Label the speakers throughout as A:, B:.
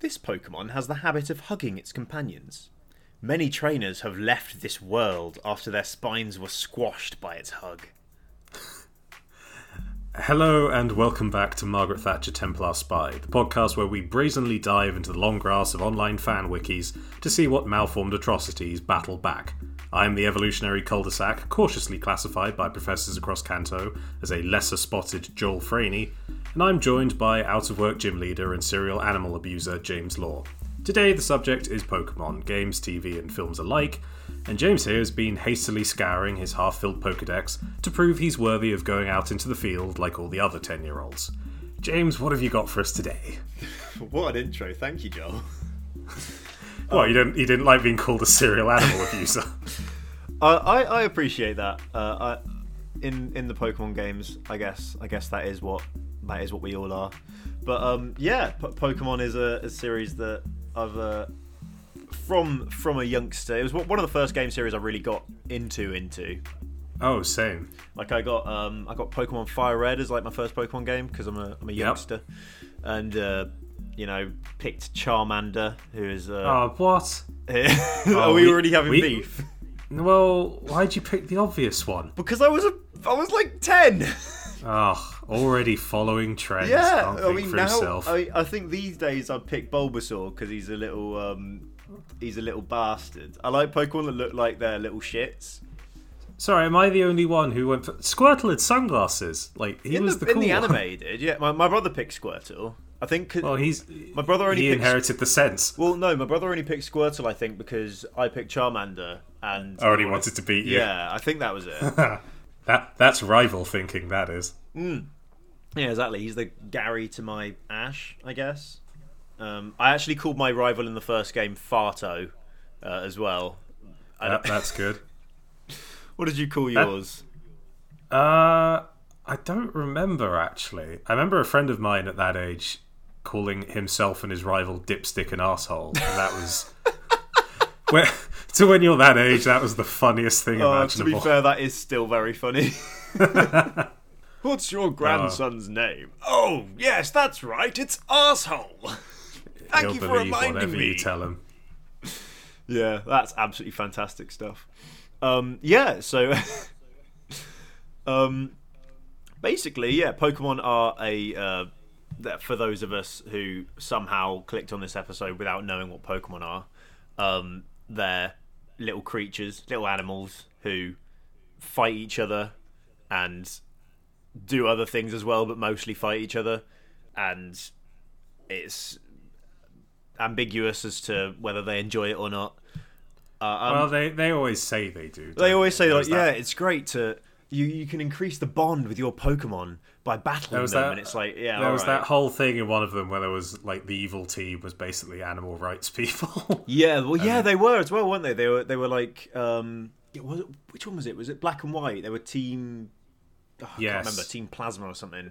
A: This Pokemon has the habit of hugging its companions. Many trainers have left this world after their spines were squashed by its hug.
B: Hello and welcome back to Margaret Thatcher Templar Spy, the podcast where we brazenly dive into the long grass of online fan wikis to see what malformed atrocities battle back. I'm the evolutionary cul-de-sac, cautiously classified by professors across Kanto as a lesser spotted Joel Franey, and I'm joined by out of work gym leader and serial animal abuser James Law. Today the subject is Pokemon, games, TV, and films alike, and James here has been hastily scouring his half filled Pokedex to prove he's worthy of going out into the field like all the other 10 year olds. James, what have you got for us today?
A: What an intro, thank you, Joel.
B: Well, you didn't, you didn't like being called a serial animal abuser.
C: I, I, I appreciate that. Uh, I, in in the Pokemon games, I guess I guess that is what that is what we all are. But um, yeah, P- Pokemon is a, a series that I've uh, from from a youngster. It was one of the first game series I really got into into.
B: Oh, same.
C: Like I got um, I got Pokemon Fire Red as like my first Pokemon game because I'm a I'm a youngster, and uh, you know picked Charmander who is uh,
B: Oh, what?
C: are we,
B: we-
C: already having
B: we-
C: beef?
B: Well, why'd you pick the obvious one?
C: Because I was a I was like ten.
B: Oh, already following trends.
C: Yeah,
B: Can't
C: I
B: think
C: mean
B: for
C: now
B: himself.
C: I, I think these days I'd pick Bulbasaur because he's a little um, he's a little bastard. I like Pokemon that look like they're little shits.
B: Sorry, am I the only one who went for Squirtle had sunglasses? Like he
C: In
B: was
C: the,
B: the,
C: in
B: cool
C: the
B: one. Oh,
C: anime, he did yeah. My, my brother picked Squirtle. I think 'cause-
B: Well, he's
C: my brother only
B: he
C: picked.
B: inherited the sense.
C: well, no, my brother only picked Squirtle. I think because I picked Charmander and
B: I already wanted to beat you.
C: Oh, yeah, I think that was it.
B: That that's rival thinking. That is.
C: Yeah, exactly. He's the Gary to my Ash, I guess. Um, I actually called my rival in the first game Farto uh, as well. I
B: That,
C: don't-
B: that's good.
C: what did you call yours?
B: Uh, I don't remember actually. I remember a friend of mine at that age calling himself and his rival dipstick an asshole, and that was. when, to when you're that age, that was the funniest thing
C: Uh, to
B: imaginable.
C: be fair, that is still very funny. What's your grandson's name? Oh, yes, that's right. It's asshole. Thank
B: He'll
C: you for
B: believe
C: reminding
B: whatever
C: me.
B: you tell him.
C: Yeah, that's absolutely fantastic stuff. Um, yeah, so um, basically, yeah, Pokemon are a uh, that for those of us who somehow clicked on this episode without knowing what Pokemon are. Um, they're little creatures, little animals who fight each other and do other things as well, but mostly fight each other. And it's ambiguous as to whether they enjoy it or not. Uh, um,
B: Well, they, they always say they do.
C: they always say like,
B: There's
C: yeah,
B: that-
C: it's great to you. You can increase the bond with your Pokemon by battling them,
B: was that-
C: and it's like, yeah,
B: There was
C: alright.
B: that whole thing in one of them where there was like the evil team was basically animal rights people.
C: Yeah, well,
B: Um,
C: yeah, they were as well, weren't they? They were, they were like, um, yeah, was it, which one was it? Was it Black and White? They were Team. oh, I
B: Yes.
C: can't remember Team Plasma or something.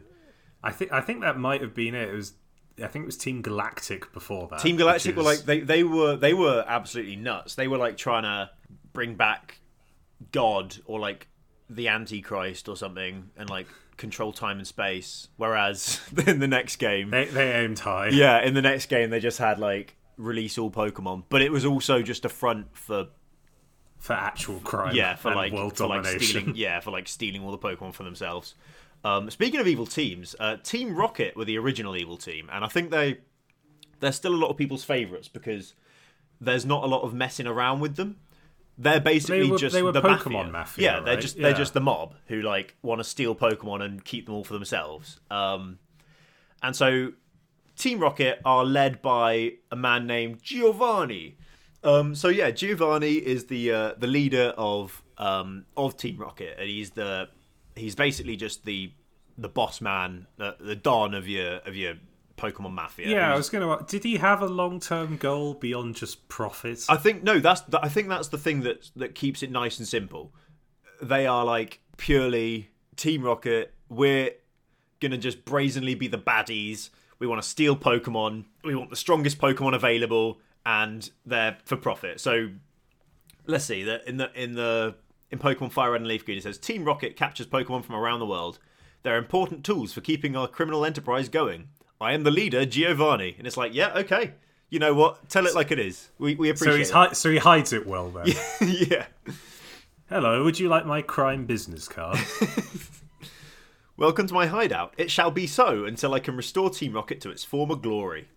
B: I think I think that might have been it. It was I think it was Team Galactic before that.
C: Team
B: which
C: Galactic were
B: is-
C: like they, they were they were absolutely nuts. They were like trying to bring back God or like the Antichrist or something, and like control time and space. Whereas in the next game,
B: they, they aimed high.
C: yeah, in the next game they just had like release all Pokemon, but it was also just a front for
B: for actual crime.
C: yeah for
B: and
C: like
B: world
C: for like
B: domination.
C: stealing yeah for like stealing all the Pokemon for themselves. Um, speaking of evil teams, uh, Team Rocket were the original evil team, and I think they they're still a lot of people's favourites because there's not a lot of messing around with them. They're basically
B: They were-
C: just
B: they were
C: the
B: Pokemon mafia,
C: Yeah, they're
B: right?
C: just they're
B: Yeah.
C: just the mob who like want to steal Pokemon and keep them all for themselves. Um, and so Team Rocket are led by a man named Giovanni. Um, so yeah, Giovanni is the uh, the leader of um, of Team Rocket, and he's the he's basically just the the boss man, the, the don of your of your Pokemon Mafia.
B: Yeah, I
C: He's-
B: was gonna. Did he have a long-term goal beyond just profit?
C: I think no, that's th- I think that's the thing that that keeps it nice and simple. They are like purely Team Rocket. We're gonna just brazenly be the baddies. We want to steal Pokemon. We want the strongest Pokemon available, and they're for profit. So let's see that in the in the in Pokemon Fire Red and Leaf Green it says Team Rocket captures Pokemon from around the world. They're important tools for keeping our criminal enterprise going. I am the leader, Giovanni, and it's like, yeah, okay, you know what? Tell it like it is. We we
B: So
C: appreciate.
B: he's hi- so he hides it well then.
C: it. yeah.
B: Hello, would you like my crime business card?
C: Welcome to my hideout. It shall be so until I can restore Team Rocket to its former glory.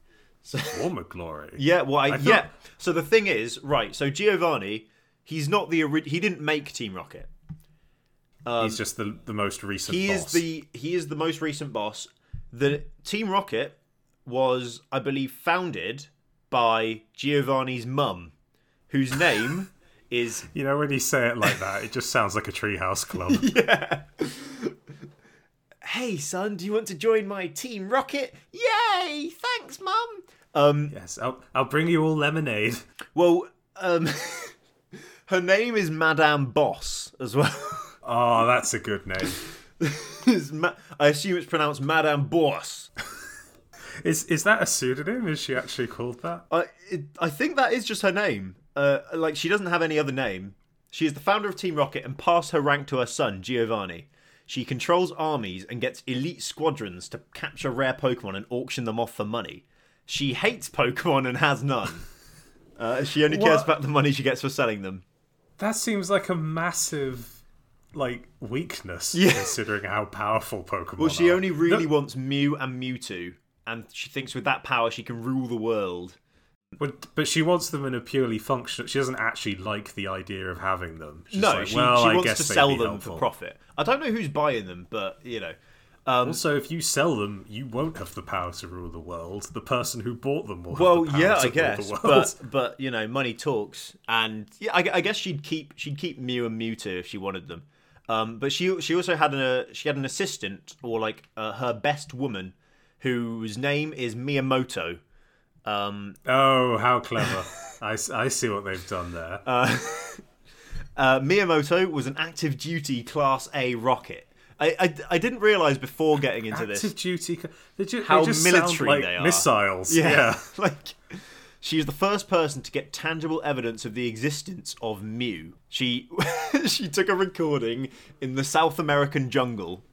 B: Former glory.
C: Yeah, well, I,
B: thought-
C: yeah. So the thing is, right? So Giovanni, he's not the ori- he didn't make Team Rocket.
B: he's just the the most recent.
C: um, He
B: boss.
C: is the he is the most recent boss. The Team Rocket was, I believe, founded by Giovanni's mum, whose name is
B: You know when you say it like that, it just sounds like a treehouse club.
C: Hey son, do you want to join my Team Rocket? Yay! Thanks, mum. Um,
B: yes, I'll I'll bring you all lemonade.
C: Well, um, her name is Madame Boss as well.
B: Oh, that's a good name.
C: It's Ma- I assume it's pronounced Madame Boss.
B: Is is that a pseudonym? Is she actually called that?
C: I it, I think that is just her name. Uh, like she doesn't have any other name. She is the founder of Team Rocket and passed her rank to her son Giovanni. She controls armies and gets elite squadrons to capture rare Pokemon and auction them off for money. She hates Pokemon and has none. Uh, she only cares
B: What?
C: about the money she gets for selling them.
B: That seems like a massive like weakness considering how powerful Pokemon
C: Well, she
B: are.
C: only really wants Mew and Mewtwo, and she thinks with that power she can rule the world.
B: But, but she wants them in a purely functional. She doesn't actually like the idea of having them. She's
C: no,
B: like,
C: she,
B: well,
C: she
B: I
C: wants
B: guess
C: to
B: they'd
C: sell
B: be
C: them
B: helpful."
C: for profit. I don't know who's buying them, but you know,
B: Also, if you sell them, you won't have the power to rule the world. The person who bought them will.
C: well,
B: have the power
C: yeah,
B: to
C: I
B: rule
C: guess,
B: The world.
C: but but you know, money talks, and yeah, I, I guess she'd keep she'd keep Mew and Mewtwo if she wanted them. Um, but she she also had an uh, she had an assistant or like uh, her best woman, whose name is Miyamoto. Um,
B: Oh, how clever! I, s- I see what they've done there.
C: Uh, Miyamoto was an active duty Class A rocket. I, I, I didn't realize before getting into
B: Active
C: this
B: duty. co- They ju- they
C: How
B: just sound
C: military
B: like
C: they are.
B: Missiles. Yeah.
C: like she was the first person to get tangible evidence of the existence of Mew. She she took a recording in the South American jungle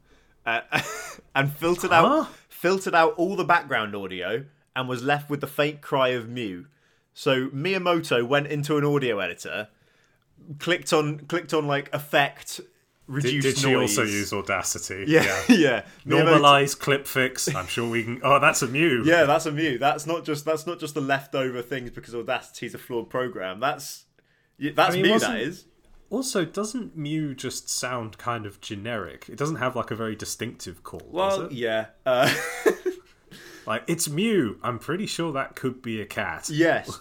C: uh, and filtered
B: Huh?
C: out filtered out all the background audio and was left with the faint cry of Mew. So Miyamoto went into an audio editor, clicked on clicked on like effect,
B: Did,
C: reduce
B: did she
C: noise.
B: also use Audacity?
C: yeah yeah Miyamoto-
B: Normalize clip fix. I'm sure we can. Oh, that's a Mew.
C: Yeah, that's a mute. That's not just that's not just the leftover things because Audacity's a flawed program. That's y- that's
B: I mean,
C: me.
B: wasn't-
C: That is.
B: Also, doesn't Mew just sound kind of generic? It doesn't have like a very distinctive call.
C: Well,
B: does it?
C: yeah, uh,
B: like it's Mew. I'm pretty sure that could be a cat.
C: yes,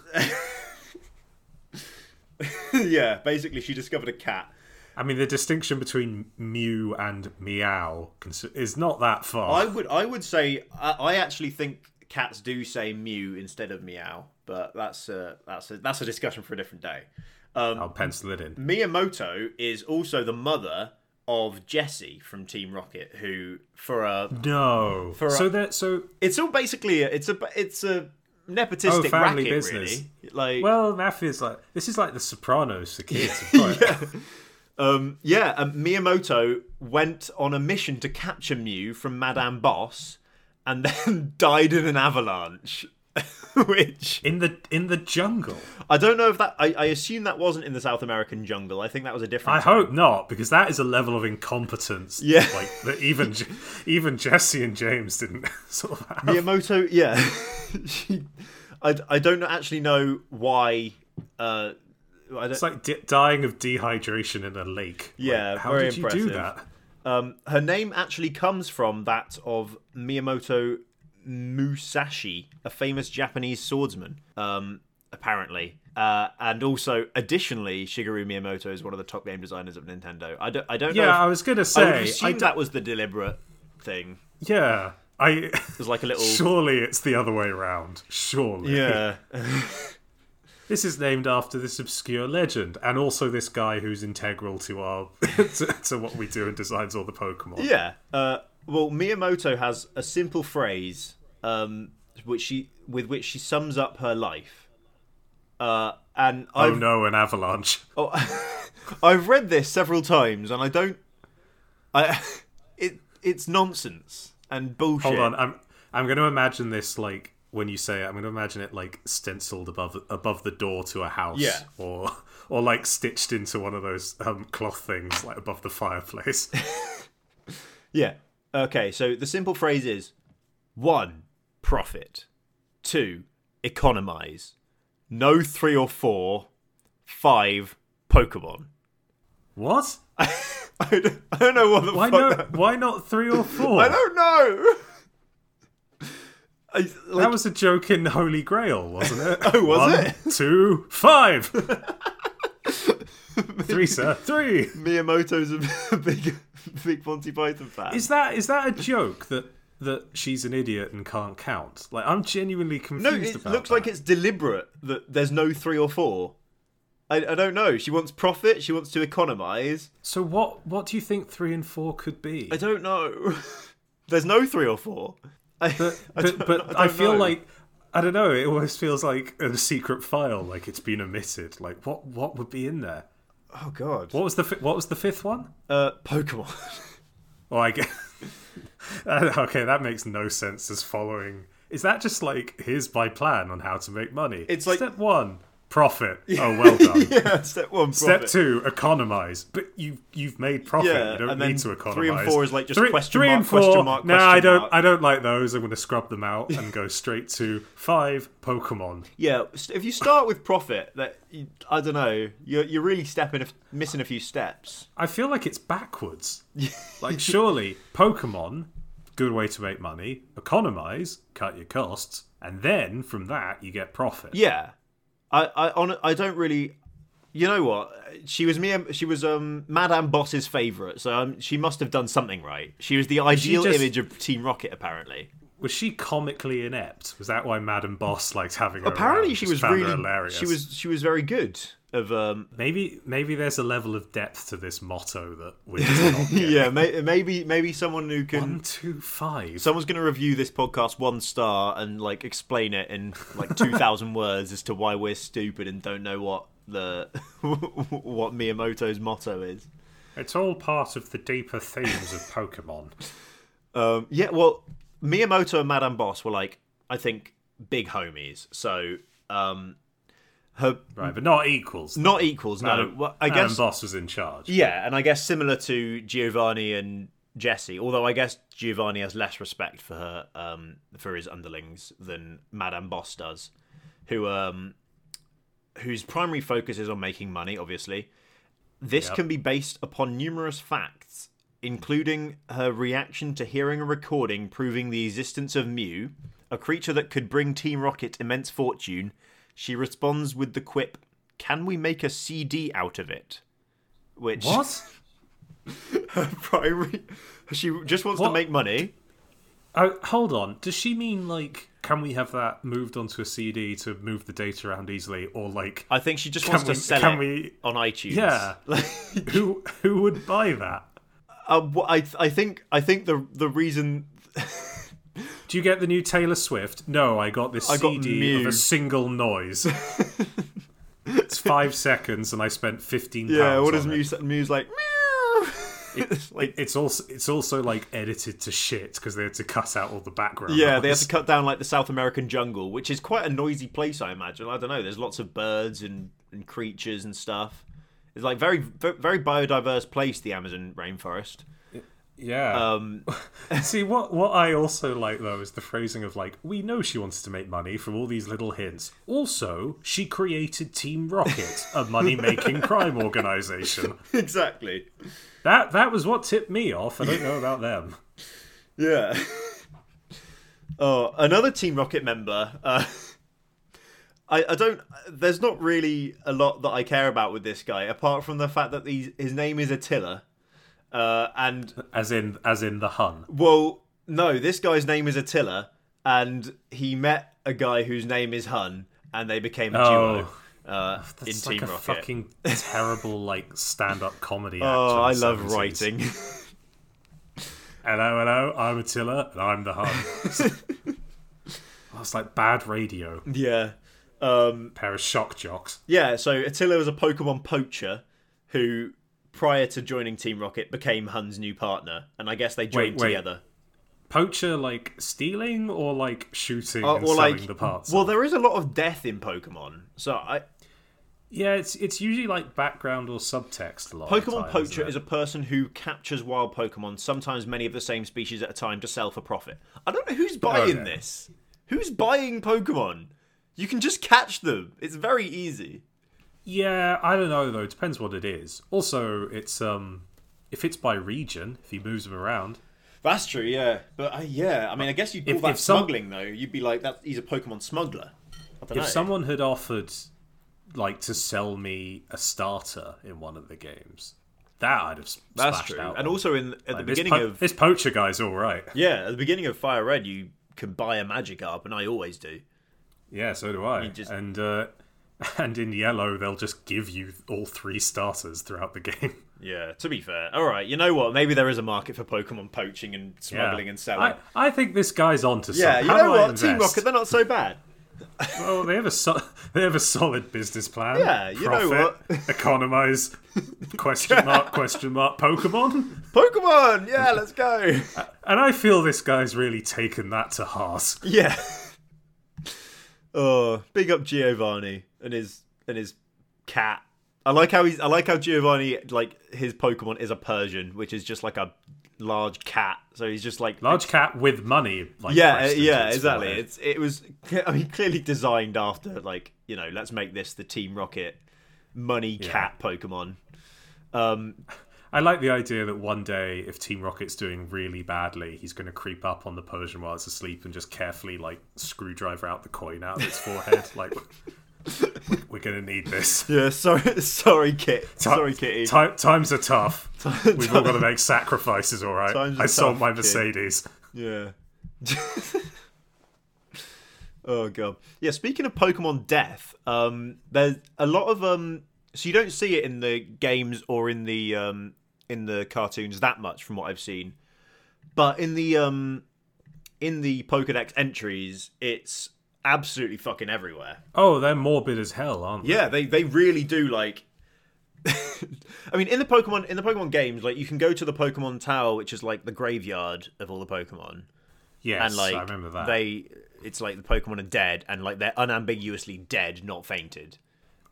C: yeah. Basically, she discovered a cat.
B: I mean, the distinction between Mew and Meow cons- is not that far.
C: I would I would say I, I actually think cats do say mew instead of meow, but that's a, that's a, that's a discussion for a different day.
B: I'll pencil it in.
C: Miyamoto is also the mother of Jessie from Team Rocket, who for a
B: No. so that so
C: it's all basically a, it's a it's a nepotistic
B: Oh, family
C: racket,
B: business.
C: really. Like,
B: well, mafia's like this is like the Sopranos for kids. Right?
C: um, yeah, um, Miyamoto went on a mission to capture Mew from Madame Boss, and then died in an avalanche. Which
B: In the in the jungle.
C: I don't know if that I, I assume that wasn't in the South American jungle. I think that was a different.
B: I hope not, because that is a level of incompetence.
C: Yeah.
B: Like that even J- even Jesse and James didn't sort of have.
C: Miyamoto, yeah, she, I I don't know- actually know why. Uh, I don't,
B: It's like di- dying of dehydration in a lake. Like,
C: Yeah,
B: how
C: very
B: did you do
C: impressive.
B: that?
C: Um, her name actually comes from that of Miyamoto Musashi, a famous Japanese swordsman, um, apparently. Uh, and also, additionally, Shigeru Miyamoto is one of the top game designers of Nintendo. I don't, I don't
B: Yeah, I
C: know.
B: was gonna
C: If, I would
B: say.
C: assume
B: I d-
C: that was the deliberate thing.
B: yeah, I.
C: It was like a little.
B: Surely it's the other way around. Surely.
C: Oh. Yeah.
B: This is named after this obscure legend, and also this guy who's integral to our to, to what we do and designs all the Pokemon.
C: Yeah. Uh, well, Miyamoto has a simple phrase um, which she, with which she sums up her life. Uh, and
B: Oh
C: I've,
B: no, an avalanche!
C: Oh, I've read this several times, and I don't. I it it's nonsense and bullshit.
B: Hold on, I'm I'm going to imagine this like when you say it, I'm going to imagine it like stenciled above above the door to a house,
C: Yeah.
B: or or like stitched into one of those um, cloth things like above the fireplace.
C: Yeah. Okay, so the simple phrase is one, profit. Two, economize. No three or four. Five, Pokemon.
B: what?
C: I don't, I don't know what the
B: Why
C: fuck.
B: no?
C: that-
B: Why not three or four?
C: I don't know. I, like,
B: that was a joke in Holy Grail, wasn't it?
C: Oh, was
B: One,
C: it?
B: Two, five. three, sir. Three.
C: Miyamoto's a big, big Monty Python fan.
B: Is that is that a joke that that she's an idiot and can't count? Like I'm genuinely confused.
C: no, it
B: about
C: looks
B: that.
C: like it's deliberate that there's no three or four. I, I don't know. She wants profit. She wants to economize.
B: So what what do you think three and four could be?
C: I don't know. There's no three or four. I,
B: but
C: I
B: but,
C: don't-
B: but
C: I
B: I,
C: don't
B: feel
C: know.
B: like I don't know. It almost feels like a secret file, like it's been omitted. Like what what would be in there?
C: oh god,
B: What was the fi- what was the fifth one?
C: Uh, Pokemon.
B: Oh, I guess. Uh, okay, that makes no sense. As following, is that just like here's my plan on how to make money?
C: It's like-
B: step one, profit. Oh, well done.
C: yeah, step one.
B: Step
C: profit.
B: two, economize. But you you've made profit.
C: Yeah,
B: you don't
C: and then
B: need to economize.
C: three and four is like just
B: three,
C: question
B: three
C: mark,
B: and four.
C: question mark,
B: nah,
C: question
B: I don't.
C: mark.
B: I don't like those. I'm going to scrub them out and go straight to five Pokemon.
C: Yeah, st- if you start with profit, that you, I don't know, you're you're really stepping, a f- missing a few steps.
B: I feel like it's backwards. like surely Pokemon, good way to make money. Economize, cut your costs, and then from that you get profit.
C: Yeah, I I on I don't really. You know what? She was me. She was um Madame Boss's favorite, so um, she must have done something right. She was the ideal
B: just-
C: image of Team Rocket, apparently.
B: Was she comically inept? Was that why Madam Boss liked having her?
C: Apparently,
B: around?
C: she
B: Just
C: was
B: found her
C: really
B: hilarious.
C: She was she was very good. Of um
B: Maybe maybe there's a level of depth to this motto that we're just not getting.
C: yeah, may, maybe maybe someone who can
B: One, two, five.
C: Someone's going to review this podcast one star and like explain it in like 2000 words as to why we're stupid and don't know what the what Miyamoto's motto is.
B: It's all part of the deeper themes of Pokemon.
C: Um yeah, well Miyamoto and Madame Boss were like I think big homies. So um her
B: right, but not equals.
C: not equals no.
B: Madam-
C: well, I
B: Madam
C: guess
B: Boss was in charge.
C: yeah, and I guess similar to Giovanni and Jesse, although I guess Giovanni has less respect for her um for his underlings than Madame Boss does. who um whose primary focus is on making money obviously this
B: Yep.
C: can be based upon numerous facts including her reaction to hearing a recording proving the existence of mew a creature that could bring team rocket immense fortune she responds with the quip can we make a cd out of it which
B: What?
C: primary she just wants to
B: What?
C: make money
B: Oh, hold on. Does she mean like can we have that moved onto a CD to move the data around easily, or like
C: i think she just
B: Can
C: wants
B: we-
C: to sell
B: can
C: it
B: we-
C: on itunes
B: Yeah. who who would buy that?
C: Uh, wh- I, I think I think the the reason
B: Do you get the new Taylor Swift? No, I got this
C: I got
B: CD of
C: Mew.
B: a single noise. it's five seconds, and I spent fifteen.
C: Yeah,
B: pounds
C: what does
B: on it.
C: Mew say? Mew's like, meow. it's like,
B: It's also it's also like edited to shit because they had to cut out all the background.
C: yeah, they have
B: noise.
C: to cut down like the South American jungle, which is quite a noisy place, I imagine. I don't know. There's lots of birds and, and creatures and stuff. It's like very ve- very biodiverse place, the Amazon rainforest.
B: Yeah.
C: Um,
B: See, what what I also like though is the phrasing of like, we know she wants to make money from all these little hints. Also, she created Team Rocket, a money-making crime organization.
C: exactly.
B: That that was what tipped me off. I don't know about them.
C: Yeah. oh, another Team Rocket member. Uh, I, I don't. There's not really a lot that I care about with this guy, apart from the fact that he's, his name is Attila, uh, and
B: As in as in the Hun.
C: Well, no, this guy's name is Attila, and he met a guy whose name is Hun, and they became a
B: Oh.
C: duo uh, in
B: It's
C: Team
B: like a
C: Rocket.
B: fucking terrible like stand-up comedy.
C: oh, I
B: act from the
C: love
B: 70s.
C: writing.
B: Hello, hello. I'm Attila, and I'm the Hun. That's like bad radio.
C: yeah, um,
B: Pair of shock jocks.
C: yeah. So Attila was a Pokemon poacher who, prior to joining Team Rocket, became Hun's new partner, and I guess they joined
B: wait.
C: together.
B: poacher like stealing or like shooting
C: Uh,
B: and
C: or
B: selling
C: like,
B: the parts?
C: well, there is a lot of death in Pokemon, so I,
B: yeah, it's it's usually like background or subtext a lot. of the
C: Pokemon
B: time,
C: poacher
B: isn't
C: is
B: it?
C: a person who captures wild Pokemon, sometimes many of the same species at a time, to sell for profit. I don't know who's buying
B: Okay.
C: this. Who's buying Pokemon? You can just catch them. It's very easy.
B: yeah. I don't know though. It depends what it is. Also, it's um, if it's by region, if he moves them around,
C: That's true, yeah. But uh, yeah, I mean, I guess you'd call
B: If-
C: that
B: if some-
C: smuggling, though. You'd be like, that he's a Pokemon smuggler. I don't know.
B: if someone had offered like to sell me a starter in one of the games, that I'd have s-
C: That's
B: splashed
C: true.
B: out.
C: And
B: on.
C: also, in at the
B: Like, this
C: beginning
B: po-
C: of
B: this poacher guy's all right.
C: yeah, at the beginning of Fire Red, you can buy a Magikarp, and I always do.
B: Yeah, so do I.
C: just-
B: And uh, and in yellow, they'll just give you all three starters throughout the game.
C: Yeah, to be fair. All right, you know what? Maybe there is a market for Pokemon poaching and smuggling and selling.
B: I, I think this guy's onto
C: yeah,
B: something.
C: you
B: How
C: know
B: do I
C: what? Team
B: invest?
C: Rocket, they're not so bad.
B: Well, they have a so- they have a solid business plan.
C: Yeah, you know
B: Profit, Economize. question mark? Question mark? Pokemon.
C: Pokemon, yeah, let's go.
B: And I feel this guy's really taken that to heart.
C: yeah. Oh, big up Giovanni and his and his cat. I like how he's. I like how Giovanni like his Pokemon is a Persian, which is just like a large cat. So he's just like
B: Large cat with money. Like
C: yeah, uh,
B: pressed into
C: yeah,
B: its
C: exactly.
B: forehead.
C: It's it was. I mean, clearly designed after like you know, let's make this the Team Rocket money cat Pokemon. Um,
B: I like the idea that one day, if Team Rocket's doing really badly, he's going to creep up on the Persian while it's asleep and just carefully, like, screwdriver out the coin out of its forehead. like, we're- we're going to need this.
C: yeah, sorry, sorry, Kit, sorry, Kitty.
B: Ti- times are tough. We've all got to make sacrifices, all right?
C: Times are
B: I sold
C: tough,
B: my
C: kid.
B: Mercedes.
C: Yeah. oh god. Yeah. Speaking of Pokemon Death, um, there's a lot of um. So you don't see it in the games or in the um in the cartoons that much, from what I've seen. But in the um, in the Pokedex entries, it's absolutely fucking everywhere.
B: Oh, they're morbid as hell, aren't they?
C: Yeah, they they really do like. I mean, in the Pokemon in the Pokemon games, like you can go to the Pokemon Tower, which is like the graveyard of all the Pokemon,
B: Yes,
C: and like
B: I remember that.
C: they, it's like the Pokemon are dead, and like they're unambiguously dead, not fainted.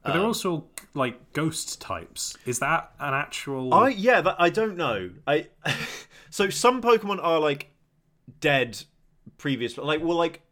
B: but they're also, like, ghost types. Is that an actual...
C: I yeah, that, I don't know. I so some Pokemon are like dead previous, like well, like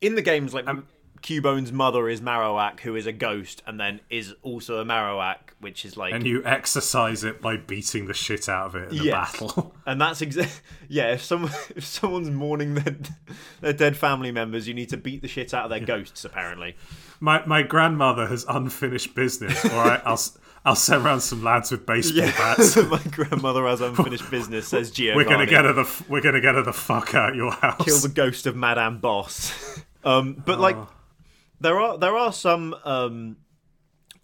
C: in the games, like
B: Um,
C: Cubone's mother is Marowak, who is a ghost, and then is also a Marowak, which is like
B: And you exercise it by beating the shit out of it in a
C: Yes.
B: battle.
C: And that's exact. Yeah, if some if someone's mourning their their dead family members, you need to beat the shit out of their ghosts. Apparently,
B: My my grandmother has unfinished business. All right, I'll s- I'll send round some lads with baseball bats.
C: my grandmother has unfinished business. Says Giovanni.
B: We're gonna get her the f- we're gonna get her the fuck out of your house.
C: kill the ghost of Madame Boss. Um, but like,
B: Oh.
C: there are there are some um,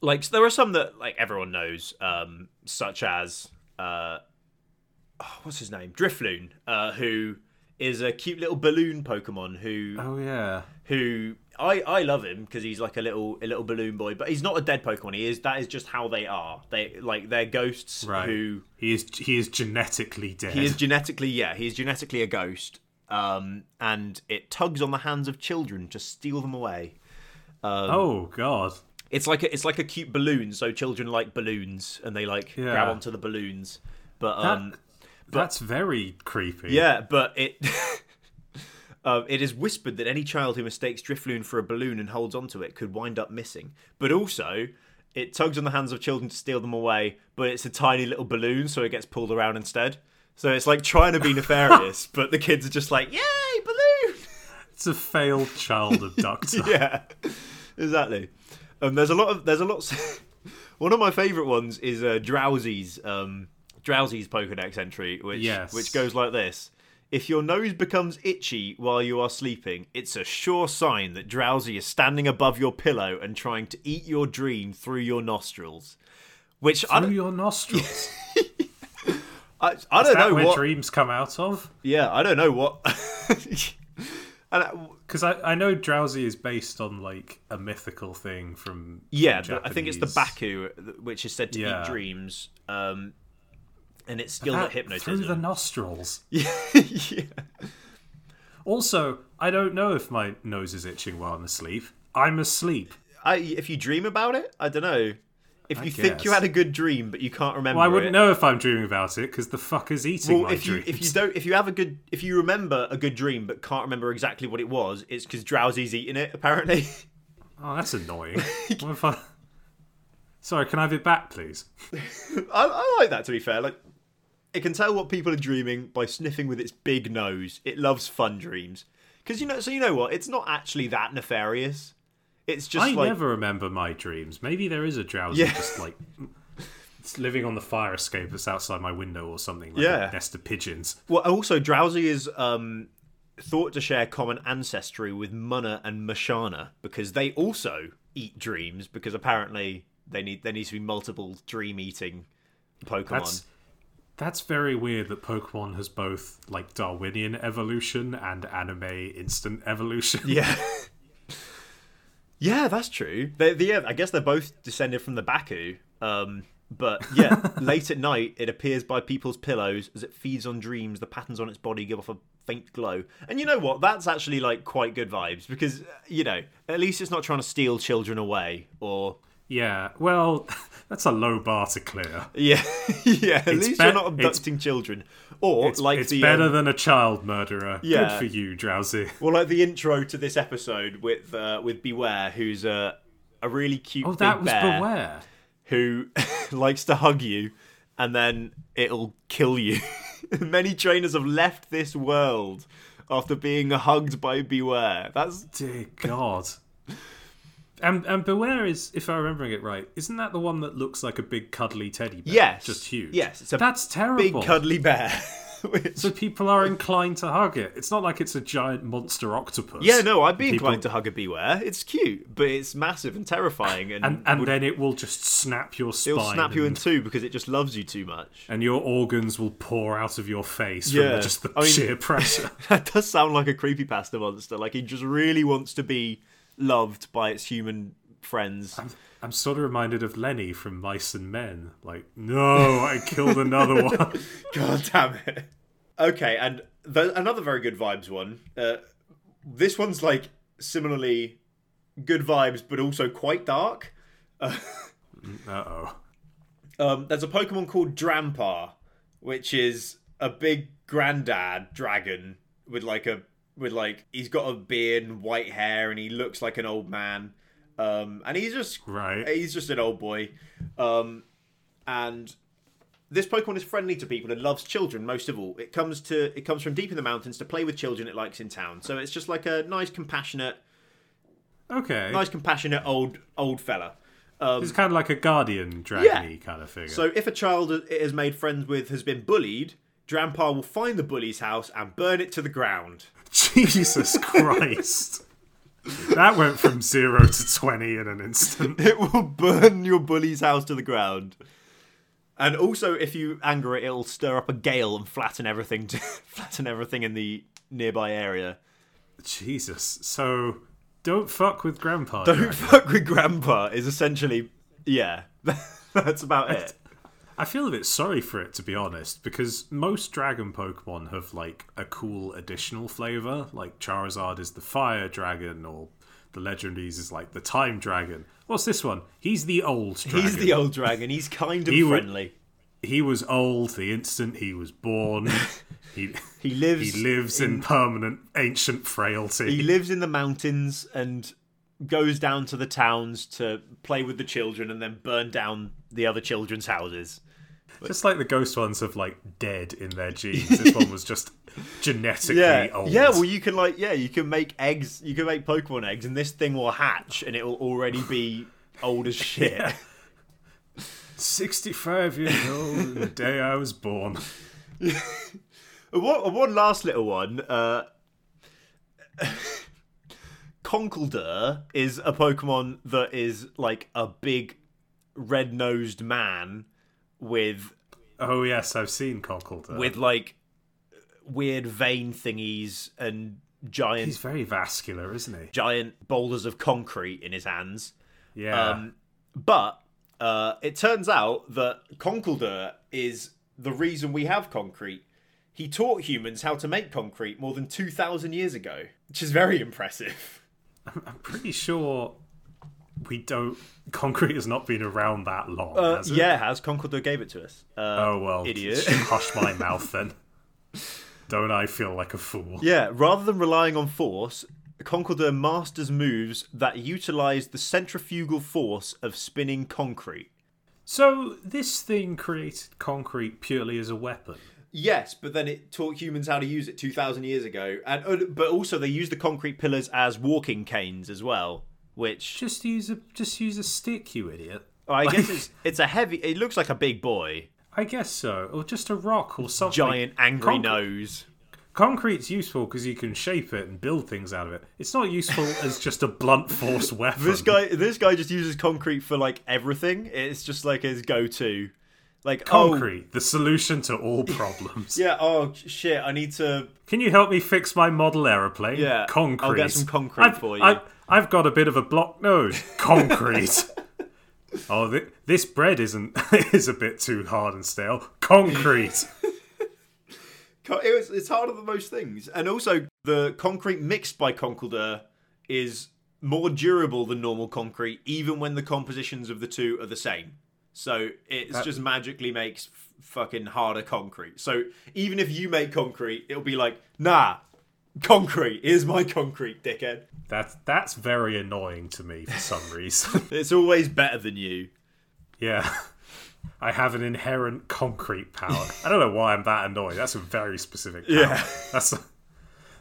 C: like there are some that like everyone knows, um, such as uh, oh, what's his name, Drifloon, uh, who is a cute little balloon Pokemon who
B: oh yeah,
C: who I I love him because he's like a little a little balloon boy, but he's not a dead Pokemon. He is that is just how they are. They like they're ghosts
B: right.
C: who
B: He is he is genetically dead.
C: he is genetically yeah he is genetically a ghost. Um, and it tugs on the hands of children to steal them away. Um,
B: oh god.
C: It's like a, it's like a cute balloon. So children like balloons and they like
B: Yeah.
C: grab onto the balloons. But
B: That-
C: um,
B: that's very creepy.
C: Yeah, but it um, it is whispered that any child who mistakes Drifloon for a balloon and holds onto it could wind up missing. But also, it tugs on the hands of children to steal them away, but it's a tiny little balloon, so it gets pulled around instead. So it's like trying to be nefarious, but the kids are just like, "Yay, balloon!"
B: it's a failed child abductor.
C: yeah, exactly. Um, there's a lot of there's a lot. one of my favourite ones is uh, Drowsy's um, Drowsy's Pokedex entry, which
B: Yes.
C: which goes like this: If your nose becomes itchy while you are sleeping, it's a sure sign that Drowsy is standing above your pillow and trying to eat your dream through your nostrils. Which I
B: Through
C: don't,
B: your nostrils.
C: I, I
B: Is
C: don't
B: that
C: know
B: where
C: what.
B: dreams come out of?
C: yeah, I don't know what. and uh, I,
B: Because I, I know drowsy is based on like a mythical thing from
C: Yeah,
B: from
C: the- I think it's the
B: Japanese-
C: Baku, th- which is said to
B: Yeah.
C: eat dreams. Um, and it's skilled at
B: That- Through the
C: hypnotism.
B: nostrils.
C: yeah.
B: Also, I don't know if my nose is itching while I'm asleep. I'm asleep.
C: I, if you dream about it, I don't know. If you think you
B: guess.
C: had a good dream but you can't remember,
B: Well, I wouldn't
C: it-
B: know if I'm dreaming about it because the fucker's eating
C: Well,
B: my
C: if you
B: dreams.
C: if you don't if you have a good if you remember a good dream but can't remember exactly what it was, it's because drowsy's eating it apparently.
B: Oh, that's annoying. what if I... Sorry, can I have it back, please?
C: I, I like that to be fair. Like it can tell what people are dreaming by sniffing with its big nose. It loves fun dreams because you know. So you know what? It's not actually that nefarious. It's just
B: I
C: like
B: never remember my dreams. Maybe there is a drowsy
C: Yeah.
B: just like it's living on the fire escape that's outside my window or something. Like
C: Yeah.
B: a nest of pigeons.
C: well. Also, drowsy is um, thought to share common ancestry with Munna and Mashana because they also eat dreams because apparently they need there needs to be multiple dream eating Pokemon.
B: That's that's very weird that Pokemon has both like Darwinian evolution and anime instant evolution.
C: Yeah. yeah, that's true. They, they, yeah, I guess they're both descended from the Baku. Um, but yeah, late at night, it appears by people's pillows as it feeds on dreams. The patterns on its body give off a faint glow. And you know what? That's actually like quite good vibes because, uh, you know, at least it's not trying to steal children away or.
B: Yeah, well, that's a low bar to clear.
C: Yeah, yeah. At least
B: be-
C: you're not
B: it's-
C: abducting children, or
B: It's,
C: like
B: it's
C: the
B: better
C: um,
B: than a child murderer.
C: Yeah.
B: Good for you, Drowsy.
C: well, like the intro to this episode with uh, with Beware, who's a a really cute
B: Oh, that
C: big
B: was
C: bear.
B: Beware.
C: who likes to hug you and then it'll kill you. Many trainers have left this world after being hugged by Beware. That's
B: Dear God. And, and Beware is, if I'm remembering it right, isn't that the one that looks like a big cuddly teddy bear?
C: Yes.
B: Just huge.
C: Yes, it's a
B: That's
C: big
B: terrible.
C: cuddly bear. Which-
B: so people are inclined to hug it. It's not like it's a giant monster octopus.
C: yeah, no, I'd be
B: People-
C: inclined to hug a Beware. It's cute, but it's massive and terrifying, and,
B: And, and then it will just snap your spine.
C: it'll snap you in
B: and,
C: two because it just loves you too much.
B: and your organs will pour out of your face from
C: Yeah.
B: the- just the
C: I mean-
B: sheer pressure.
C: that does sound like a creepypasta monster. Like he just really wants to be loved by its human friends.
B: I'm, I'm sort of reminded of Lenny from Mice and Men. Like, no, I killed another one.
C: God damn it. Okay, and th- another very good vibes one. Uh, this one's like similarly good vibes, but also quite dark.
B: Uh oh.
C: Um, there's a Pokemon called Drampa, which is a big granddad dragon with like a with like he's got a beard and white hair, and he looks like an old man. Um, and he's just
B: Right.
C: he's just an old boy. Um, and this Pokemon is friendly to people and loves children most of all. It comes to it comes from deep in the mountains to play with children it likes in town. So it's just like a nice, compassionate,
B: Okay.
C: nice, compassionate old old fella. Um,
B: It's kind of like a guardian dragon-y kind of figure.
C: so if a child it has made friends with has been bullied, Drampa will find the bully's house and burn it to the ground.
B: Jesus Christ. That went from zero to 20 in an instant.
C: It will burn your bully's house to the ground. And also, if you anger it, it'll stir up a gale and flatten everything, to, flatten everything in the nearby area.
B: Jesus. So don't fuck with Grandpa.
C: Don't
B: Dragon.
C: fuck with Grandpa is essentially, yeah, that's about it.
B: I feel a bit sorry for it, to be honest, because most dragon Pokemon have, like, a cool additional flavor. Like, Charizard is the fire dragon, or the Legendaries is, like, the time dragon. What's this one? He's the old dragon.
C: He's the old dragon. He's kind of
B: He would-
C: friendly.
B: He was old the instant he was born. he.
C: He lives.
B: He lives in permanent ancient frailty.
C: He lives in the mountains and goes down to the towns to play with the children and then burn down the other children's houses.
B: Just like the ghost ones of like dead in their genes. This one was just genetically
C: yeah,
B: old.
C: yeah. Well, you can like, yeah, you can make eggs. You can make Pokemon eggs, and this thing will hatch, and it will already be old as shit.
B: sixty-five years old on the day I was born.
C: And One, and one last little one. Uh, Conkeldurr is a Pokemon that is like a big red-nosed man with
B: Oh yes, I've seen Cockledore.
C: with like weird vein thingies and giant
B: He's very vascular, isn't
C: giant boulders of concrete in his hands.
B: he? Yeah.
C: Um, but uh, it turns out that Conkeldurr is
A: the reason we have concrete. He taught humans how to make concrete more than 2,000 years ago, which is very impressive.
B: I'm pretty sure we don't. Concrete has not been around that long.
C: Uh,
B: has it?
C: yeah, it has Concordo gave it to us? Uh,
B: Oh well.
C: idiot.
B: Hush my mouth then. Don't I feel like a fool?
C: Yeah, rather than relying on force, Concorder masters moves that utilize the centrifugal force of spinning concrete.
B: So this thing created concrete purely as a weapon.
A: Yes, but
C: then it taught humans how to use it 2000 years ago and uh, but also they use the concrete pillars as walking canes as well which
B: Just use a just use a stick, you idiot.
C: i guess it's, it's a heavy it looks like a big boy
B: I guess so, or just a rock or something.
C: giant angry
B: Concrete-
C: nose
B: Concrete's useful because you can shape it and build things out of it. It's not useful as just a blunt force weapon.
C: this guy this guy just uses concrete for like everything it's just like his go-to like oh
B: Concrete, the solution to all problems.
A: yeah, oh shit, I need to.
B: Can you help me fix my model aeroplane?
C: Yeah,
B: concrete.
C: I'll get some concrete
B: I've-
C: for you.
B: I've, I've got a bit of a blocked nose. Concrete. oh, th- this bread isn't is a bit too hard and stale. Concrete.
C: Co- it was, it's harder than most things and also the concrete mixed by Concorder is more durable than normal concrete even when the compositions of the two are the same so it's just magically makes f- fucking harder concrete so even if you make concrete it'll be like nah concrete is my concrete dickhead
B: that's that's very annoying to me for some reason.
C: it's always better than you
B: yeah. I have an inherent concrete power. I don't know why I'm that annoyed. That's a very specific power.
C: Yeah.
B: That's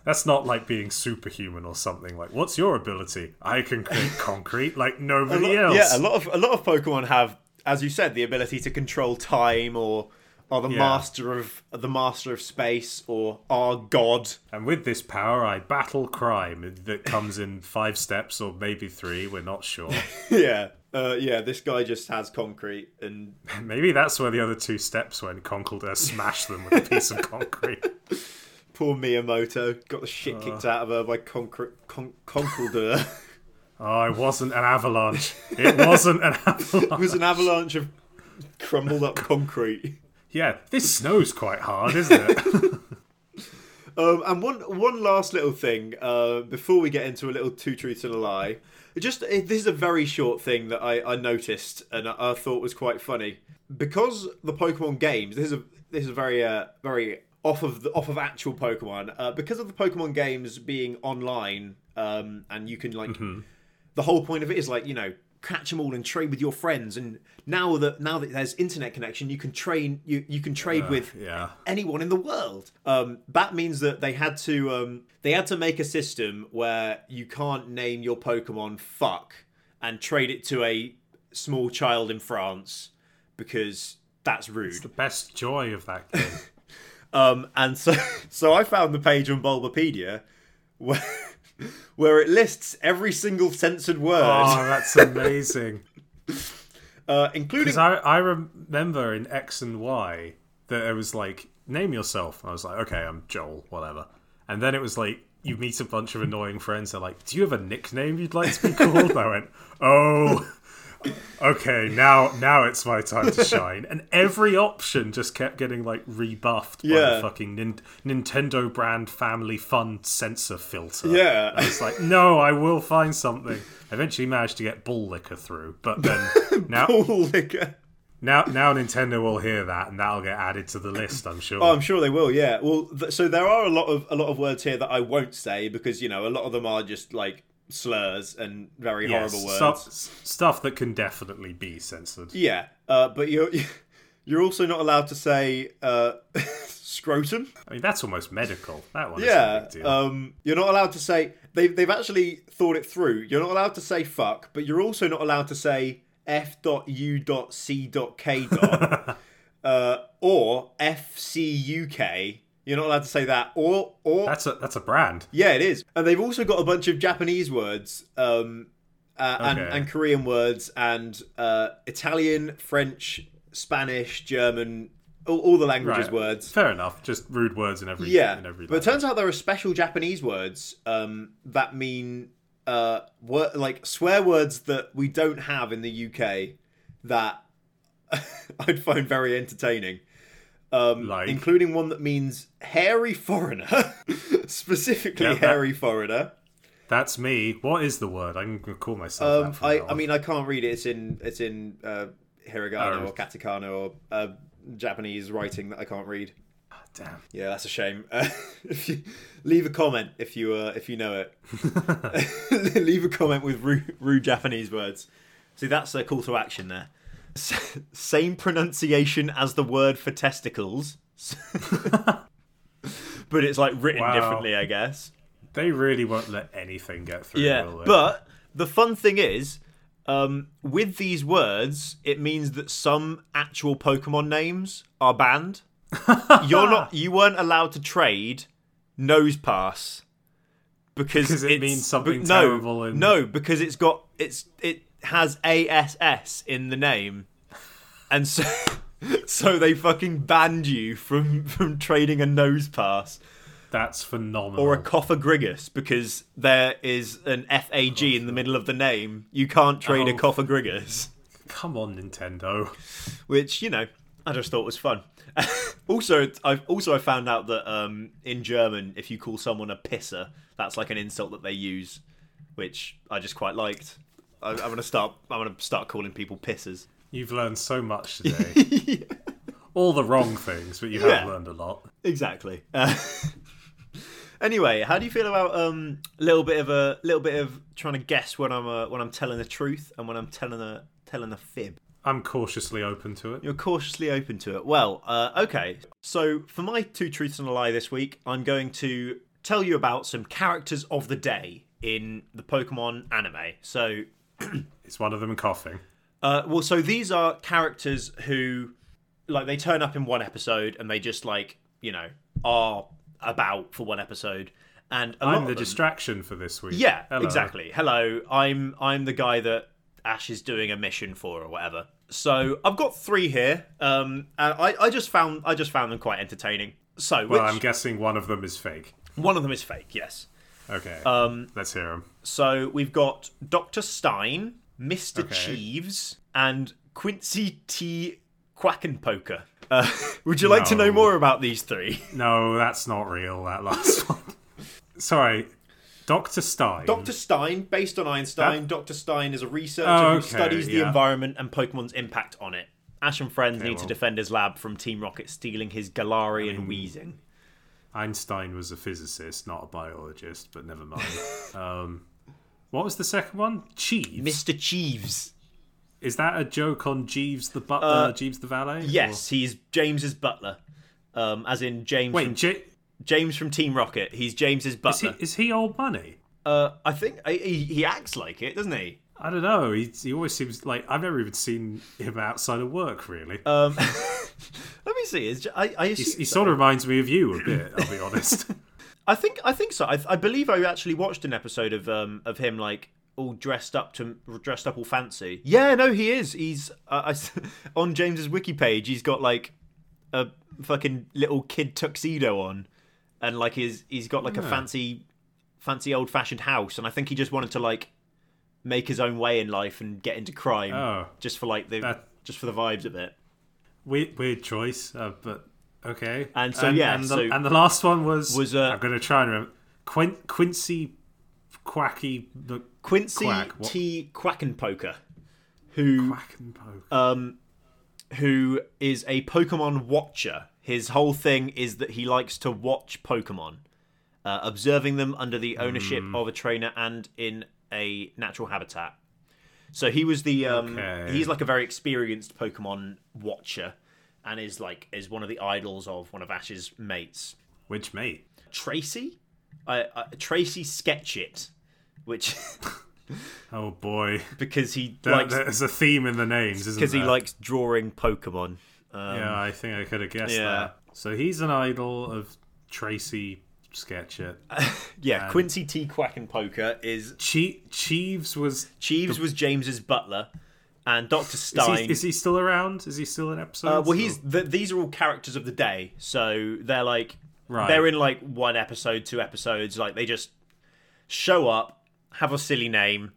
B: that's not like being superhuman or something. Like, what's your ability? I can create concrete like nobody
C: lot-
B: else.
C: Yeah, a lot of a lot of Pokemon have, as you said, the ability to control time or are the master of the master of space or are god.
B: And with this power, I battle crime that comes in five steps or maybe three. We're not sure.
C: yeah. Uh, yeah, this guy just has concrete and
B: Maybe that's where the other two steps went. Conkeldurr smashed them with a piece of concrete.
C: poor Miyamoto got the shit kicked out of her by concrete con- Conkeldurr.
B: Oh, it wasn't an avalanche. It wasn't an
C: it
B: avalanche.
C: was an avalanche of crumbled up concrete.
B: Yeah, this snow's quite hard, isn't it?
C: Um, and one one last little thing uh, before we get into a little two truths and a lie. Just eh, this is a very short thing that I, I noticed and I, I thought was quite funny because the Pokemon games. This is a this is very uh, very off of the, off of actual Pokemon uh, because of the Pokemon games being online um, and you can like the whole point of it is like you know catch them all and trade with your friends and now that now that there's internet connection you can train you you can trade with
B: yeah.
C: anyone in the world. Um, that means that they had to um, they had to make a system where you can't name your Pokemon fuck and trade it to a small child in France because that's rude.
B: The best joy of that game.
C: Um, and so so I found the page on Bulbapedia where where it lists every single censored word,
B: Oh, that's amazing.
C: uh, including
B: Because I, I remember in X and Y that it was like, name yourself. I was like, okay, I'm Joel, whatever. And then it was like, you meet a bunch of annoying friends. They're like, do you have a nickname you'd like to be called? I went, oh, okay, now now it's my time to shine. And every option just kept getting like rebuffed by
C: Yeah.
B: the fucking nin- Nintendo brand family fun censor filter.
C: Yeah.
B: I was like, no, I will find something. Eventually managed to get bull liquor through, but then now
C: Bull Licker.
B: now, now Nintendo will hear that, and that'll get added to the list. I'm sure.
C: Oh, I'm sure they will. Yeah. Well, th- so there are a lot of a lot of words here that I won't say because you know a lot of them are just like slurs and very
B: Yes,
C: horrible
B: stuff-
C: words.
B: stuff that can definitely be censored.
C: Yeah. Uh, but you're you're also not allowed to say uh, scrotum.
B: I mean, that's almost medical. That one.
C: Yeah.
B: Is a big deal.
C: Um, you're not allowed to say they've they've actually thought it through. You're not allowed to say fuck, but you're also not allowed to say f.u.c.k. uh, or fcuk. You're not allowed to say that or or
B: that's a that's a brand.
C: Yeah, it is. And they've also got a bunch of Japanese words, um, uh, and,
B: Okay.
C: and Korean words, and uh, Italian, French, Spanish, German, all, all the languages
B: Right.
C: words.
B: Fair enough. Just rude words in every
C: Yeah,
B: in every.
C: but it turns out there are special Japanese words um, that mean uh, wor- like swear words that we don't have in the UK that I'd find very entertaining. um,
B: Like?
C: including one that means hairy foreigner, specifically
B: Yeah, that-
C: hairy foreigner.
B: That's me. What is the word? I'm gonna call myself
C: Um,
B: that. From
C: I,
B: now
C: I
B: on.
C: mean, I can't read it. It's in it's in uh, hiragana
B: Oh.
C: or katakana or uh, Japanese writing that I can't read.
B: damn.
C: Yeah, that's a shame. Uh, if you, leave a comment if you uh, if you know it. leave a comment with rude, rude Japanese words. See, that's a call to action there. S- same pronunciation as the word for testicles, but it's like written
B: Wow.
C: differently, I guess.
B: They really won't let anything get through.
C: Yeah,
B: will they?
C: but the fun thing is, um, with these words, it means that some actual Pokemon names are banned. You're not, you weren't allowed to trade Nose Pass because
B: 'Cause it
C: it's-
B: means something
C: but no,
B: terrible and-
C: no, because it's got it's it has ASS in the name, and so. So they fucking banned you from from trading a nose pass
B: that's phenomenal.
C: or a coffagrigus because there is an FAG in the middle of the name. You can't trade a
B: Oh.
C: coffagrigus,
B: Come on, Nintendo.
C: which you know I just thought was fun. also, I've also I found out that um, in German, if you call someone a pisser, that's like an insult that they use, which I just quite liked. I, I'm gonna start. I'm gonna start calling people pissers.
B: You've learned so much today. All the wrong things, but you
C: Yeah.
B: have learned a lot.
C: Exactly. Uh, anyway, how do you feel about um little bit of a little bit of trying to guess when I'm uh, when I'm telling the truth and when I'm telling a telling a fib?
B: I'm cautiously open to it.
C: You're cautiously open to it. Well, uh, okay. So for my two truths and a lie this week, I'm going to tell you about some characters of the day in the Pokemon anime. So
B: It's one of them coughing.
C: Uh, well, so these are characters who, like, they turn up in one episode and they just like you know are about for one episode, and a lot
B: I'm
C: of
B: the
C: them-
B: distraction for this week.
C: yeah,
B: Hello.
C: exactly. Hello, I'm I'm the guy that Ash is doing a mission for or whatever. So I've got three here, um, and I, I just found I just found them quite entertaining. So
B: Well,
C: which,
B: I'm guessing one of them is fake.
C: one of them is fake, yes.
B: Okay. Um, Let's hear him.
C: So we've got Dr. Stein, Mr.
B: Okay.
C: Cheeves, and Quincy T. Quackenpoker. Uh, would you like to know
B: No.
C: more about these three?
B: No, that's not real. That last one. Sorry, Doctor Stein.
C: Dr. Stein, based on Einstein, Dr. Stein is a researcher
B: Oh,
C: who
B: okay,
C: studies the
B: yeah.
C: environment and Pokemon's impact on it. Ash and friends need
B: well.
C: to defend his lab from Team Rocket stealing his Galarian Weezing.
B: Einstein was a physicist, not a biologist, but never mind. um, what was the second one? Cheese.
C: Mr. Cheeves.
B: Is that a joke on Jeeves the butler, Jeeves the valet?
C: Uh, Yes, he's James's butler. Um, as in James
B: Or-
C: from,
B: Wait, Je-
C: James from Team Rocket. He's James's
B: is, he,
C: butler.
B: is he old money?
C: Uh, I think I- he, he acts like it, doesn't he?
B: I don't know. He, he always seems like I've never even seen him outside of work. Really,
C: Um, let me see. Is, I, I,
B: he,
C: assume,
B: he sort of reminds me of you a bit. I'll be honest.
C: I think I think so. I, I believe I actually watched an episode of um, of him like all dressed up to dressed up all fancy. Yeah, no, he is. He's uh, I s on James's wiki page. He's got like a fucking little kid tuxedo on, and like his he's got like a
B: Ah.
C: fancy fancy old fashioned house. And I think he just wanted to like make his own way in life and get into crime
B: Oh.
C: just for like the
B: That-
C: just for the vibes of it.
B: weird, weird choice, uh, but okay.
C: And so, yeah,
B: and the,
C: so-
B: and the last one was
C: Was, uh,
B: I'm going to try and remember Quin- Quincy Quacky the
C: Quincy
B: Quack, what-
C: T. Quackenpoker, who
B: Quackenpoke.
C: Uh, who is a Pokemon watcher. His whole thing is that he likes to watch Pokemon, uh, observing them under the ownership
B: Mm.
C: of a trainer and in a natural habitat. So he was the um,
B: Okay.
C: he's like a very experienced Pokemon watcher, and is like is one of the idols of one of Ash's mates,
B: Which mate?
C: Tracy. I, I, Tracy Sketchit, which
B: Oh boy,
C: because he
B: There-
C: likes
B: there's a theme in the names, isn't
C: because he
B: there?
C: likes drawing Pokemon. Um,
B: Yeah, I think I could have guessed
C: Yeah.
B: that. So he's an idol of Tracy Sketchit.
C: Uh, yeah, Quincy T. Quackenpoker is
B: Che- Cheeves was.
C: Cheeves was James's butler, and Doctor
B: Is
C: Stein.
B: he, is he still around? Is he still in episodes?
C: uh, well,
B: or-
C: he's th these are all characters of the day, so they're like
B: Right.
C: they're in like one episode, two episodes. Like they just show up, have a silly name,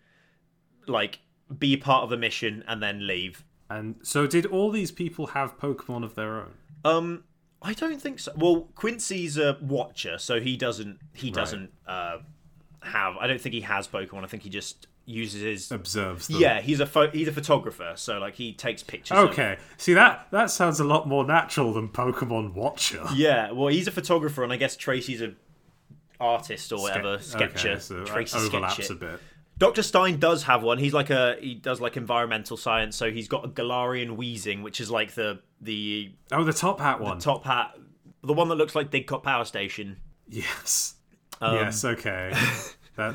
C: like be part of a mission, and then leave.
B: And so, did all these people have Pokemon of their own?
C: Um, I don't think so. Well, Quincy's a watcher, so he doesn't he doesn't uh, have. I don't think he has Pokemon. I think he just uses his.
B: observes them.
C: Yeah, he's a pho- he's a photographer, so like he takes pictures. of-
B: Okay. See that that sounds a lot more natural than Pokemon Watcher.
C: yeah, well, he's a photographer, and I guess Tracy's a artist or whatever
B: Ske-
C: sketcher.
B: Okay, so that
C: Tracy
B: overlaps
C: sketch it.
B: a bit.
C: Dr. Stein does have one. He's like a he does like environmental science, so he's got a Galarian wheezing, which is like the the
B: Oh, the top hat one.
C: top hat, the one that looks like Didcot Power Station.
B: Yes.
C: Um,
B: yes. Okay. that.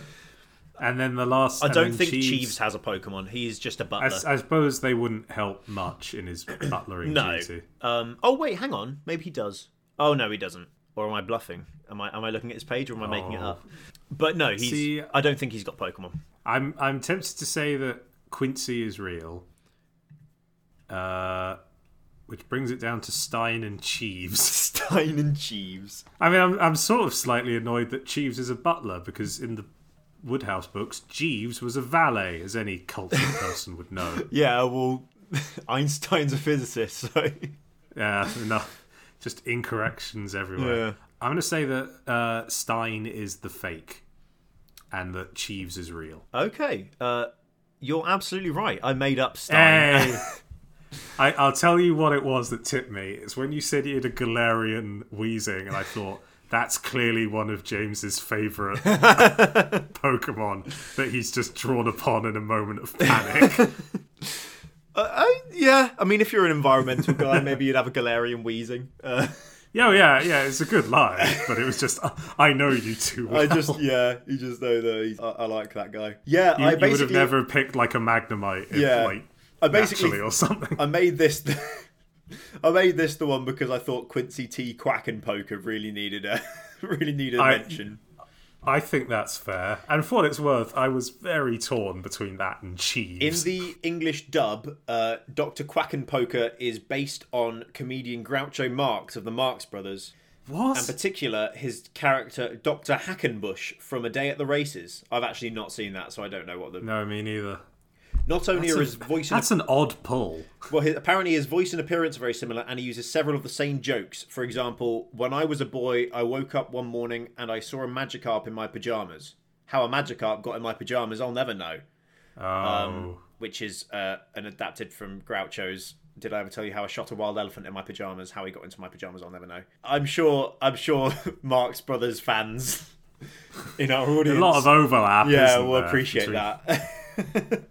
B: And then the last.
C: I don't think Cheeves. has a Pokemon. He's just a
B: I,
C: butler.
B: s- I suppose they wouldn't help much in his butlering
C: no.
B: duty.
C: Um. Oh wait, hang on. Maybe he does. Oh no, he doesn't. Or am I bluffing? Am I am I looking at his page or am I making it
B: Oh.
C: up? But no, he's.
B: See-
C: I don't think he's got Pokemon.
B: I'm I'm tempted to say that Quincy is real. Uh, which brings it down to Stein and Cheeves.
C: Stein and Cheeves.
B: I mean, I'm I'm sort of slightly annoyed that Cheeves is a butler because in the Woodhouse books, Jeeves was a valet, as any cultured person would know.
C: Yeah. Well, Einstein's a physicist, so.
B: Yeah, enough. Just incorrections everywhere.
C: Yeah.
B: I'm going to say that uh, Stein is the fake and that Cheeves is real.
C: Okay. Uh, you're absolutely right. I made up Stein.
B: Hey! I, I'll tell you what it was that tipped me. It's when you said you had a Galarian wheezing, and I thought, that's clearly one of James's favourite Pokemon that he's just drawn upon in a moment of panic.
C: Uh, I, yeah. I mean, if you're an environmental guy, maybe you'd have a Galarian wheezing. Uh,
B: yeah, yeah, yeah, it's a good line, but it was just, uh, I know you too well.
C: I just, yeah. You just know that he's, I, I like that guy. Yeah.
B: you,
C: I
B: you
C: basically
B: would have never picked like a Magnemite if,
C: Yeah.
B: like
C: I basically-
B: naturally or something.
C: I made this. I made this the one because I thought Quincy T. Quack and Poker really needed a really needed a
B: I-
C: mention.
B: I think that's fair. And for what it's worth, I was very torn between that and
C: In
B: Cheeves.
C: the English dub, uh, Doctor Quack and Poker is based on comedian Groucho Marx of the Marx Brothers.
B: what?
C: In particular, his character Doctor Hackenbush from A Day at the Races. I've actually not seen that, so I don't know what the.
B: no, me neither.
C: Not only are his
B: That's a-
C: voice and
B: That's an odd pull.
C: Well, his, apparently his voice and appearance are very similar, and he uses several of the same jokes. For example, when I was a boy, I woke up one morning and I saw a Magikarp in my pajamas. How a Magikarp got in my pajamas, I'll never know.
B: Oh,
C: Which is uh, an adapted from Groucho's. Did I ever tell you how I shot a wild elephant in my pajamas? How he got into my pajamas, I'll never know. I'm sure. I'm sure Marx Brothers fans in our audience,
B: a lot of overlap.
C: Oh. yeah,
B: isn't
C: will
B: there,
C: appreciate
B: between-
C: that. Um,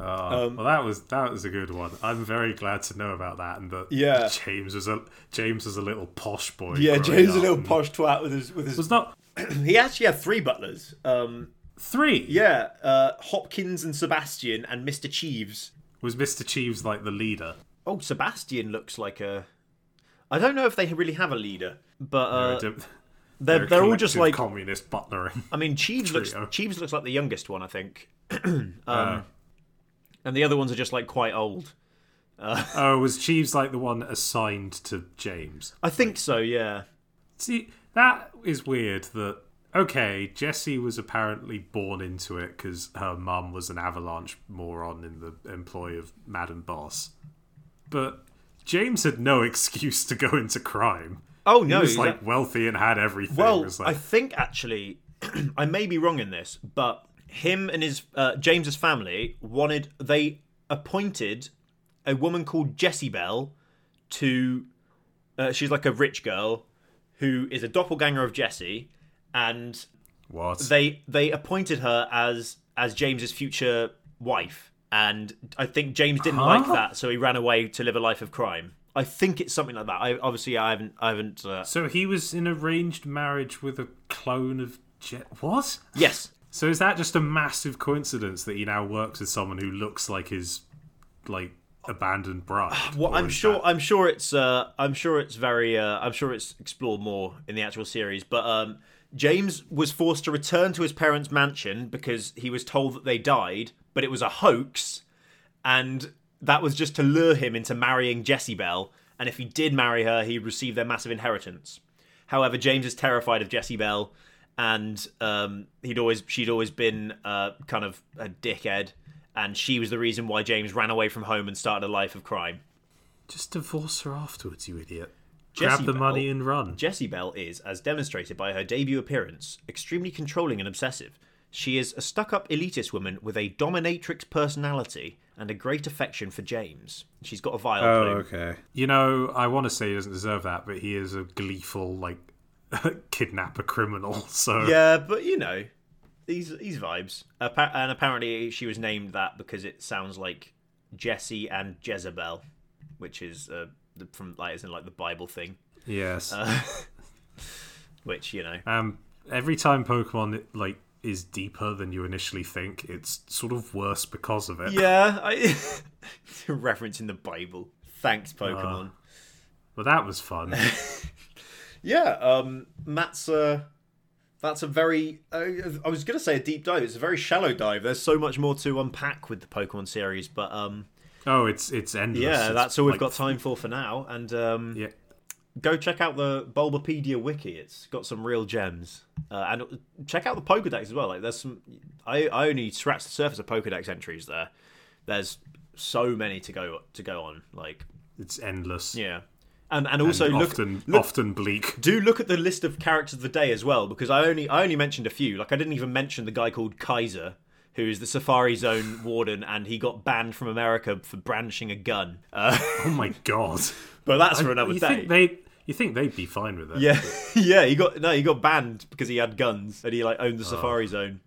B: Oh, well, that was that was a good one. I'm very glad to know about that. And that
C: Yeah.
B: James was a James was a little posh boy.
C: yeah,
B: growing
C: James a
B: up
C: little
B: and
C: posh twat with his with his.
B: Was not
C: He actually had three butlers. Um,
B: three.
C: Yeah, uh, Hopkins and Sebastian and Mr. Cheeves.
B: was Mr. Cheeves like the leader?
C: Oh, Sebastian looks like a. I don't know if they really have a leader, but uh,
B: They're a di-
C: they're,
B: they're
C: they're,
B: a
C: all just
B: collective
C: like.
B: communist butlering.
C: I mean, Cheeves looks
B: trio. Uh.
C: Cheeves looks like the youngest one, I think, um, and the other ones are just like quite old.
B: Oh, was Cheeves like the one assigned to James?
C: I think so. Yeah.
B: See, that is weird that, okay, Jessie was apparently born into it because her mum was an avalanche moron in the employ of Madam Boss. But James had no excuse to go into crime.
C: Oh
B: He
C: no,
B: was
C: he's
B: like wealthy and had everything. It
C: Well,
B: was
C: I
B: like,
C: think actually, I may be wrong in this, but him and his uh, James's family wanted they appointed a woman called Jessie Bell to. Uh, she's like a rich girl who is a doppelganger of Jessie, and
B: what?
C: they they appointed her as as James's future wife. And I think James didn't like
B: Huh?
C: that, so he ran away to live a life of crime. I think it's something like that. I obviously I haven't I haven't uh,
B: so he was in arranged marriage with a clone of Je- What?
C: yes
B: So is that just a massive coincidence that he now works with someone who looks like his like abandoned bride?
C: Well,
B: Or
C: I'm
B: is
C: sure.
B: that-
C: I'm sure it's. Uh, I'm sure it's very. Uh, I'm sure it's explored more in the actual series. But um, James was forced to return to his parents' mansion because he was told that they died, but it was a hoax, and that was just to lure him into marrying Jessie Bell. And if he did marry her, he'd receive their massive inheritance. However, James is terrified of Jessie Bell, and um, he'd always she'd always been uh, kind of a dickhead. And she was the reason why James ran away from home and started a life of crime.
B: just divorce her afterwards, you idiot. Grab
C: Jessie
B: the
C: Bell-
B: money and run.
C: Jessie Bell is, as demonstrated by her debut appearance, extremely controlling and obsessive. She is a stuck up elitist woman with a dominatrix personality and a great affection for James. She's got a vile plume.
B: Oh, okay. You know, I want to say he doesn't deserve that, but he is a gleeful, like, kidnapper criminal. So
C: Yeah, but you know, these these vibes. Appa- and apparently, she was named that because it sounds like Jesse and Jezebel, which is uh, the, from like isn't like the Bible thing,
B: yes.
C: Uh. which you know.
B: Um, every time Pokemon like is deeper than you initially think, it's sort of worse because of it.
C: Yeah, I referencing the Bible. Thanks, Pokemon.
B: But that was fun.
C: Yeah, um, that's a that's a very. Uh, I was gonna say a deep dive. It's a very shallow dive. There's so much more to unpack with the Pokemon series, but um,
B: oh, it's it's endless.
C: yeah,
B: It's,
C: that's all we've
B: like,
C: got time for for now. And um,
B: Yeah.
C: go check out the Bulbapedia wiki. It's got some real gems, uh, and check out the Pokedex as well. Like there's some. I I only scratched the surface of Pokedex entries there. There's so many to go to go on. Like
B: It's endless.
C: yeah, and and also
B: And
C: look
B: often
C: look
B: often bleak.
C: do look at the list of characters of the day as well, because I only I only mentioned a few. Like I didn't even mention the guy called Kaiser, who is the Safari Zone warden, and he got banned from America for brandishing a gun. Uh,
B: Oh my god.
C: but that's for another
B: you
C: day.
B: think they you think they'd be fine with it?
C: yeah, yeah, he got no, he got banned because he had guns and he like owned the Safari Zone.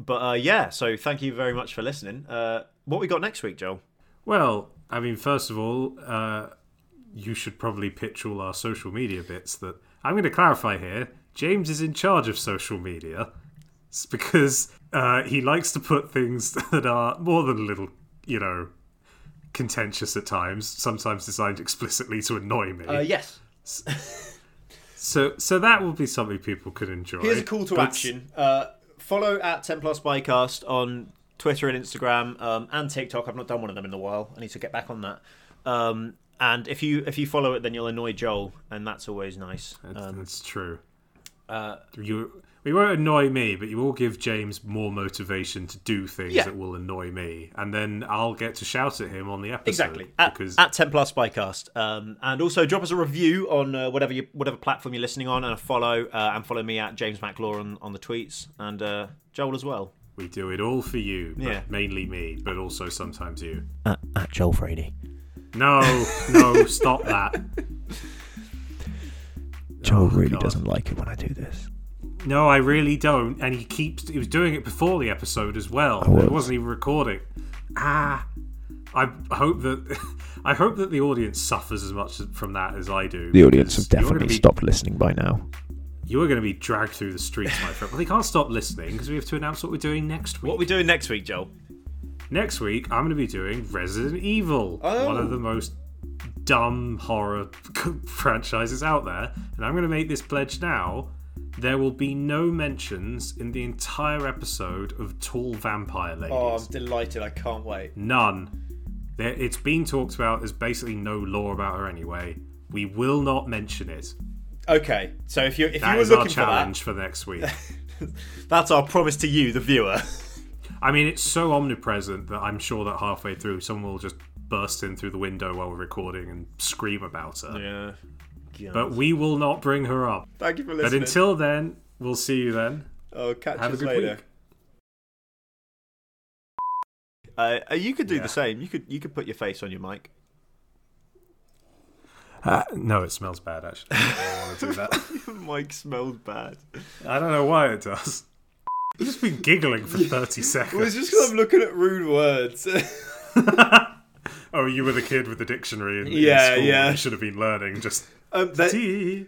C: But uh, yeah, so thank you very much for listening. Uh, what we got next week, Joel?
B: Well, I mean, first of all, uh, you should probably pitch all our social media bits that I'm going to clarify here. James is in charge of social media. It's because uh, he likes to put things that are more than a little, you know, contentious at times, sometimes designed explicitly to annoy me.
C: yes,
B: so so that will be something people could enjoy.
C: Here's a call to
B: But-
C: action. Uh, follow at 10 plus bycast on Twitter and Instagram um, and TikTok. I've not done one of them in a while. I need to get back on that. Um, and if you if you follow it, then you'll annoy Joel, and that's always nice.
B: That's, that's true.
C: uh,
B: you, we won't annoy me, but you will give James more motivation to do things
C: Yeah.
B: that will annoy me, and then I'll get to shout at him on the episode.
C: Exactly Uh, at,
B: because
C: at 10 plus bycast, um, and also drop us a review on uh, whatever you, whatever platform you're listening on, and a follow uh, and follow me at James McLaw on, on the tweets and uh, Joel as well
B: we do it all for you, but
C: Yeah.
B: mainly me, but also sometimes you.
C: at, at Uh, Joel Frady.
B: No, no, stop that.
D: Joel really
B: God.
D: doesn't like it when I do this.
B: No, I really don't. And he keeps. He was doing it before the episode as well. It
D: was.
B: wasn't even recording. Ah, I hope that. I hope that the audience suffers as much from that as I do.
D: The audience
B: because
D: have
B: you're gonna
D: definitely
B: be-
D: stopped listening by now.
B: You are going to be dragged through the streets, my friend. Well, they can't stop listening because we have to announce what we're doing next week.
C: What are we doing next week, Joel?
B: Next week, I'm going to be doing Resident Evil, one of
C: Oh.
B: the most dumb horror franchises out there. And I'm going to make this pledge now. There will be no mentions in the entire episode of tall vampire ladies.
C: Oh, I'm delighted. I can't wait.
B: None. There, it's being talked about. There's basically no law about her anyway. We will not mention it.
C: Okay, so if you if
B: That
C: you were
B: is our
C: looking for
B: challenge
C: that,
B: for next week.
C: that's our promise to you, the viewer.
B: I mean, it's so omnipresent that I'm sure that halfway through, someone will just burst in through the window while we're recording and scream about her.
C: Yeah.
B: But we will not bring her up.
C: Thank you for
B: But
C: listening.
B: until then, we'll see you then.
C: oh, catch
B: Have a
C: us
B: good
C: later.
B: week.
C: Uh, uh, you could do
B: Yeah.
C: the same. You could you could put your face on your mic.
B: Uh, no, it smells bad, actually. I don't want to do that.
C: Your mic smells bad.
B: I don't know why it does. I've just been giggling for 30 seconds.
C: I'm looking at rude words.
B: oh, you were the kid with the dictionary in, in
C: Yeah,
B: school.
C: yeah.
B: You should have been learning just.
C: um, there-
B: Tea.